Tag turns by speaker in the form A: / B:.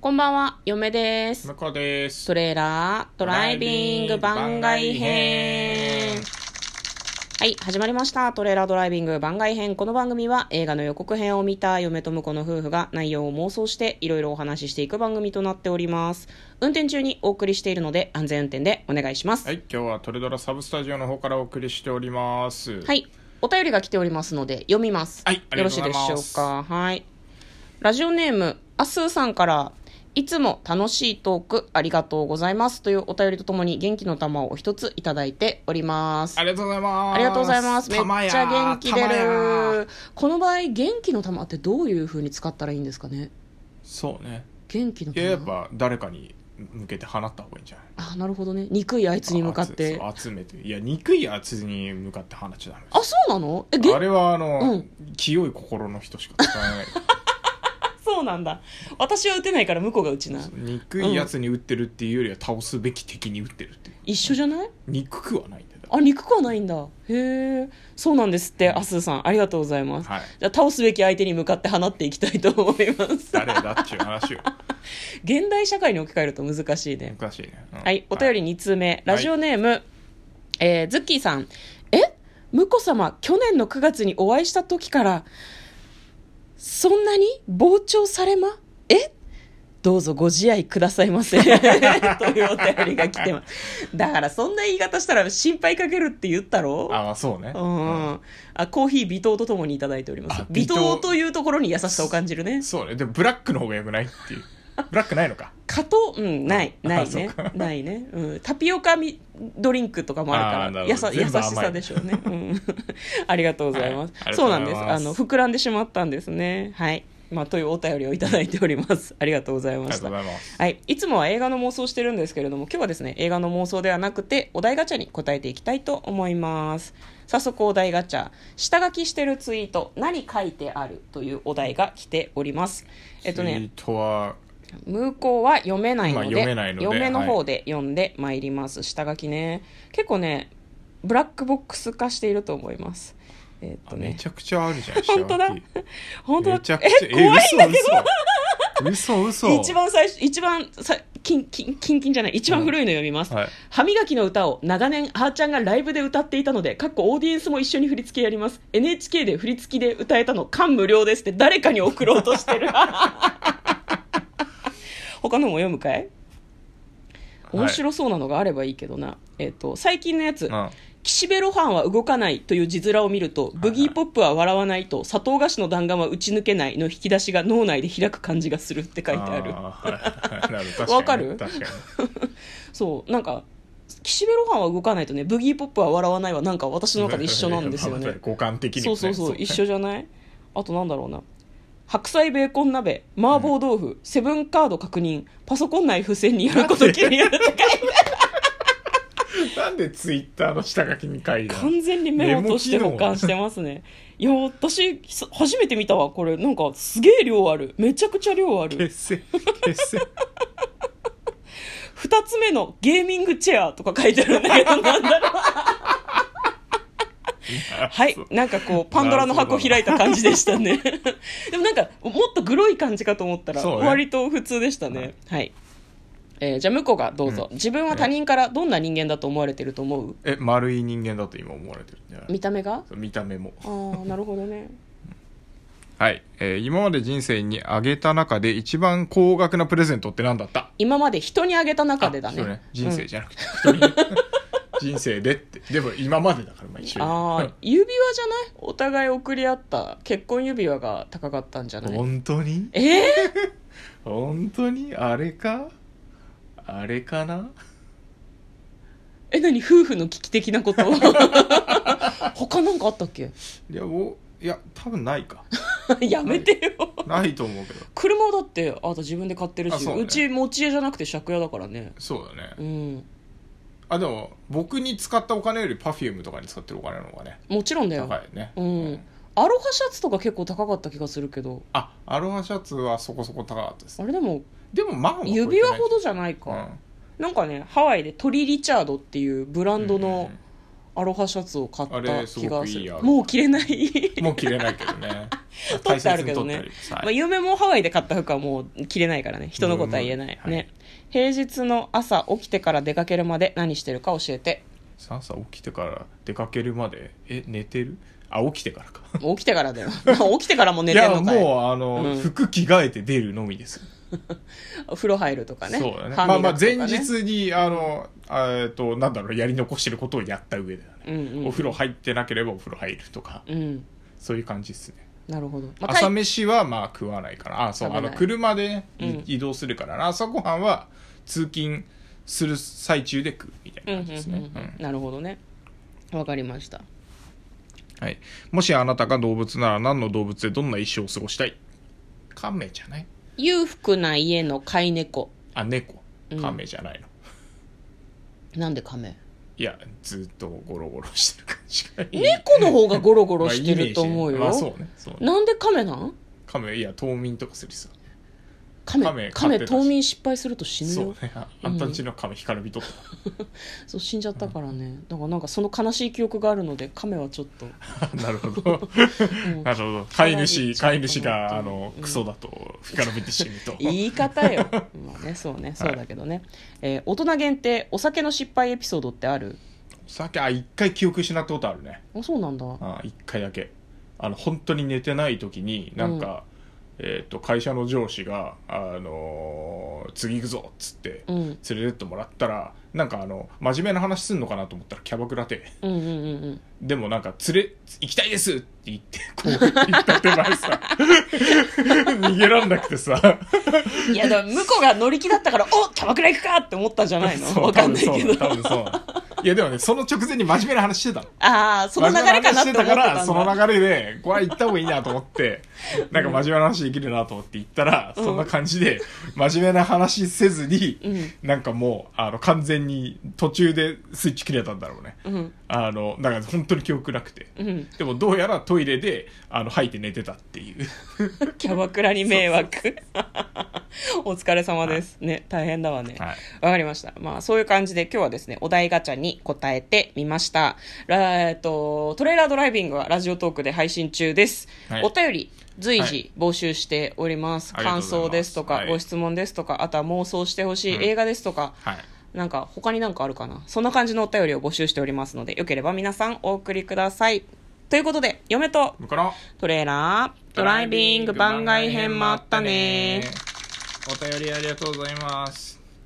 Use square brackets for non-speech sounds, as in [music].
A: こんばんは、嫁です。
B: 向こうです
A: トレーラードライビング番外編。はい、始まりました。トレーラードライビング番外編。この番組は映画の予告編を見た嫁と婿の夫婦が内容を妄想していろいろお話ししていく番組となっております。運転中にお送りしているので安全運転でお願いします。は
B: は
A: い、
B: い今日はトレドラサブスタジオの方からお送りしておりますい
A: お便りが来ておりますので読みます。
B: はいあ
A: よろ
B: りが
A: し
B: と
A: いうで
B: ございます
A: しょうか。はい。ラジオネーム、あすーさんから、いつも楽しいトークありがとうございますというお便りとともに元気の玉を一ついただいております
B: あ。りがとうございます
A: ありがとうございます。めっちゃ元気出
B: 玉や
A: る。この場合、元気の玉ってどういう風に使ったらいいんですかね
B: そうね
A: 元気の
B: い
A: 玉。
B: ややっぱ誰かに向けて放った方がいいんじゃない
A: あ、なるほどね。憎いあいつに向かって。
B: あつそう集めていや憎いやつに向かって放っちゃダメ
A: あ、そうなのえ、で
B: あ、れはあの、
A: うん
B: 清い心の人しか使わない
A: そうなんだ。私は打てないから向 [laughs] こうが打ちな。
B: 憎いやつに打ってるっていうよりは倒すべき敵に打ってるっていう
A: 一緒じゃない
B: 憎くはないんだよだか
A: あ、憎くはないんだ。へえ。そうなんですって、アスーさん。ありがとうございます。
B: らはい
A: じゃあ、倒すべき相手に向かって放っていきたいと思います。
B: 誰だっていう話を
A: 現代社会に置き換えると難しいね。
B: 難しいね、うん
A: はい、お便り2通目、ラジオネーム、えーズッキーさん。え婿様、去年の9月にお会いした時から、そんなに膨張されまえどうぞご自愛ください [laughs] ませ。というお便りが来てます。だからそんな言い方したら心配かけるって言ったろ
B: あまあそうね、
A: うん、あコーヒー微糖とともにいただいております
B: あ
A: 微
B: 微
A: 糖
B: 糖
A: というところに優しさを感じるね
B: そうねでもブラックの方がよくないっ
A: [laughs]
B: ていうブラックないのか
A: 加糖うんない
B: あ
A: ない
B: そっ
A: ね
B: か
A: ないね、うん、タピオカみドリンクとかもあ
B: あー
A: るか
B: な
A: ら
B: る
A: や
B: ほ
A: さ
B: ど
A: 優し
B: 全部甘
A: さ
B: い
A: でしょうね、うん [laughs] ありがとうございます、
B: はいありがと
A: そううな
B: ござい
A: ん
B: ま
A: で
B: す
A: すあの膨らんでしまったんですねはい、まあ、というお便りをいただいておりますありがとうござい
B: あ
A: ま
B: りが
A: し
B: とう
A: た
B: ございます
A: はい、いつもは映画の妄想をしてるんですけれども今日はですね映画の妄想ではなくてお題ガチャに答えていきたいと思います早速お題ガチャ下書きしてるツイート何書いてあるというお題が来ておりますえっと
B: ツイー
A: ね
B: トは
A: 向こうは読めないので,、
B: まあ読めないので
A: 嫁の方で読んでまいります、下書きね結構ねブラックボックス化していると思いますえっ
B: あ
A: と
B: め
A: ね
B: ちゃくちゃあるじゃん
A: 本当だ
B: 下書き
A: 本当だ
B: めちゃくちゃえ怖いんだけど嘘嘘嘘
A: 一番最初一番さキンキンキンキンじゃない一番古いの読みます、
B: はい
A: 歯磨きの歌を長年あーちゃんがライブで歌っていたのでかっこオーディエンスも一緒に振り付けやります NHK で振り付きで歌えたの感無量ですって誰かに送ろうとして
B: [laughs]
A: る他のも読むかい面白そうなのがあればいいけどな、えっと最近のやつ、
B: うんーはいなるほど
A: わかる
B: 確かに
A: そう、なんか、岸辺露伴は動かないとね、ブギーポップは笑わないはなんか私の中で一緒なんですよ [laughs]
B: まあ [laughs]
A: ね。
B: 互換的に
A: そ
B: も
A: う
B: ね
A: そうそう、
B: ね
A: 一緒じゃないあとなんだろうな。白菜ベーコン鍋、麻婆豆腐、セブンカード確認、パソコン内付箋にやること気になるって書いてある
B: [laughs] なんでツイッターの下書きに書いたの
A: 完全にメモとして保管してますね。いや、私、ひそ初めて見たわ、これ。なんか、すげえ量ある。めちゃくちゃ量ある。
B: 結成結成
A: 二つ目のゲーミングチェアとか書いてあるんだけ
B: [laughs]
A: ど、なんだろう。はい。なんかこう、パンドラの箱開いた感じでしたね。 [laughs] でもなんか、もっとグロい感じかと思ったら、
B: そうね
A: 割と普通でしたね。はい。えーじゃあ、向こうがどうぞ。自分は他人からどんな人間だと思われてると思う
B: え丸い人間だと今思われてるんじゃない
A: 見た目が
B: そう見た目も
A: ああ、なるほどね。
B: はい、えー今まで人生にあげた中で一番高額なプレゼントって何だった
A: 今まで人にあげた中でだ
B: あそう
A: ね。
B: 人生じゃなくて、人にね人生でってでも今までだからまあ一緒
A: あ
B: [laughs]
A: あ、指輪じゃないお互い送り合った結婚指輪が高かったんじゃない
B: 本当に
A: えー、
B: 本当にあれかあれかな
A: え、何夫婦の危機的な
B: [laughs]
A: こと他なんかあったっけ [laughs]
B: いやおいや多分ないか
A: やめてよ。
B: ないと思うけど
A: 車はだってあなた自分で買ってる
B: あ
A: しう,、
B: そうね
A: ち持ち家じゃなくて借家だからね
B: そうだ
A: う
B: ね
A: ん
B: あでも僕に使ったお金より Perfume とかに使ってるお金の方がね
A: もちろんだよ、
B: 高いね
A: うんアロハシャツとか結構高かった気がするけど
B: あアロハシャツはそこそこ高かったです
A: あれでも
B: でもまあ
A: 指輪ほどじゃない
B: か、う
A: か、
B: ん
A: なんかねハワイでトリ・リチャードっていうブランドの、
B: うん
A: アロハシャツを買っ
B: あ
A: た
B: れす
A: 気
B: ご
A: が
B: くいい
A: する
B: やろ
A: もう着れない
B: [laughs] もう着れないけどね
A: [laughs] 取ってあるけどね
B: 大切に取ってあ
A: ま
B: る
A: あ、
B: はい
A: 夢もハワイで買った服はもう着れないからね人のことは言えない、
B: うん
A: ね平日の朝起きてから出かけるまで何してるか教えて
B: さあさあ起きてから出かけるまでえ寝てるあ起きてからか
A: もう起きてからだよ起きてからも [laughs] 寝てんのか
B: い
A: い
B: やもうあの、
A: うん
B: 服着替えて出るのみです、
A: お風呂入るとかね
B: そうだね
A: 歯
B: まあま
A: 磨き
B: あ
A: とかね
B: 前日にあのあえっとなんだろうやり残してることをやった上で、ね
A: うんうん
B: お風呂入ってなければお風呂入るとか、
A: うん
B: そういう感じですね、
A: なるほど、まあ、
B: 朝飯はまあ食わないからあそう
A: 食べ
B: あ
A: ない
B: の車でね、い
A: うん
B: 移動するから朝ごはんは通勤する最中で食うみたい
A: うん
B: な
A: うん
B: 感じですね、
A: うんう
B: うん
A: んなるほどねわかりました
B: はい、もしあなたが動物なら何の動物でどんな一生を過ごしたいカメじゃない
A: 裕福な家の飼い猫
B: あ猫
A: うん
B: カメじゃないの、
A: なんで亀
B: いやずっとゴロゴロしてる感じがいい
A: 猫の方がゴロゴ
B: ま
A: ロ
B: あ
A: してると思うよ、
B: イメージねまあそうねそうね
A: なんで亀なん
B: カメいや冬眠とかするさ
A: 亀
B: 亀
A: 亀
B: 飼ってたし
A: 冬眠失敗すると死ぬよ
B: そ
A: そうう
B: ねああんたんちのカメ光る人とか、
A: 死んじゃったからね、だからなんかその悲しい記憶があるので亀はちょっと [laughs]
B: なるほど
A: うん
B: なるほど飼い
A: 光
B: 主
A: る人とか
B: 飼い主があの
A: うん
B: クソだと光る人死ぬと
A: 言い方
B: [laughs]
A: よまあねそうねそうだけどね、えー大人限定お酒の失敗エピソードってある
B: さっきあ一回記憶失ったことあるね
A: あそうなんだ
B: あ一回だけあの本当に寝てない時になんか、えー、と会社の上司が、あのー次行くぞ」っつって
A: うんうん
B: 連れてってもらったらなんかあの真面目な話すんのかなと思ったらキャバクラで
A: うんうんうん
B: でもなんか連れ行きたいですって言ってこう言った手前さ [laughs] 逃げらんなくてさ
A: いやだから向こうが乗り気だった
B: [laughs]
A: からおキャバクラ行くかって思ったんじゃないの
B: そう
A: わかんないけど
B: 多分そう多分そういやでもねその直前に真面目な話してたの
A: ああその流れかなって思ってたんだ
B: 真面目な話してからその流れでこれは行った方がいいなと思ってなんか真面目な話できるなと思って行ったら、
A: うん
B: そんな感じで真面目な話せずに、
A: う
B: なんかもうあの完全に途中でスイッチ切れたんだろうね
A: うん
B: あのだから本当に記憶なくて
A: うん
B: でもどうやらトイレであの吐いて寝てたっていう
A: キャバクラに迷惑 [laughs] お疲れ様ですね大変だわね
B: はい
A: わかりました。まあ、そういう感じで今日はですね、お題ガチャに答えてみました。らえっと、トレーラードライビングはラジオトークで配信中です。
B: はい
A: お便り、随
B: は
A: 時募集しております。
B: ありがと
A: 感
B: うございます
A: 想ですとか、
B: はい
A: ご質問ですとか、あとは妄想してほしい、
B: うん
A: 映画ですとか、
B: はい
A: なんか他になんかあるかな。そんな感じのお便りを募集しておりますので、よければ皆さんお送りください。ということで、嫁と
B: 向こうの
A: トレーラー、ドライビング番外編もあったね
B: お便りありがとうございます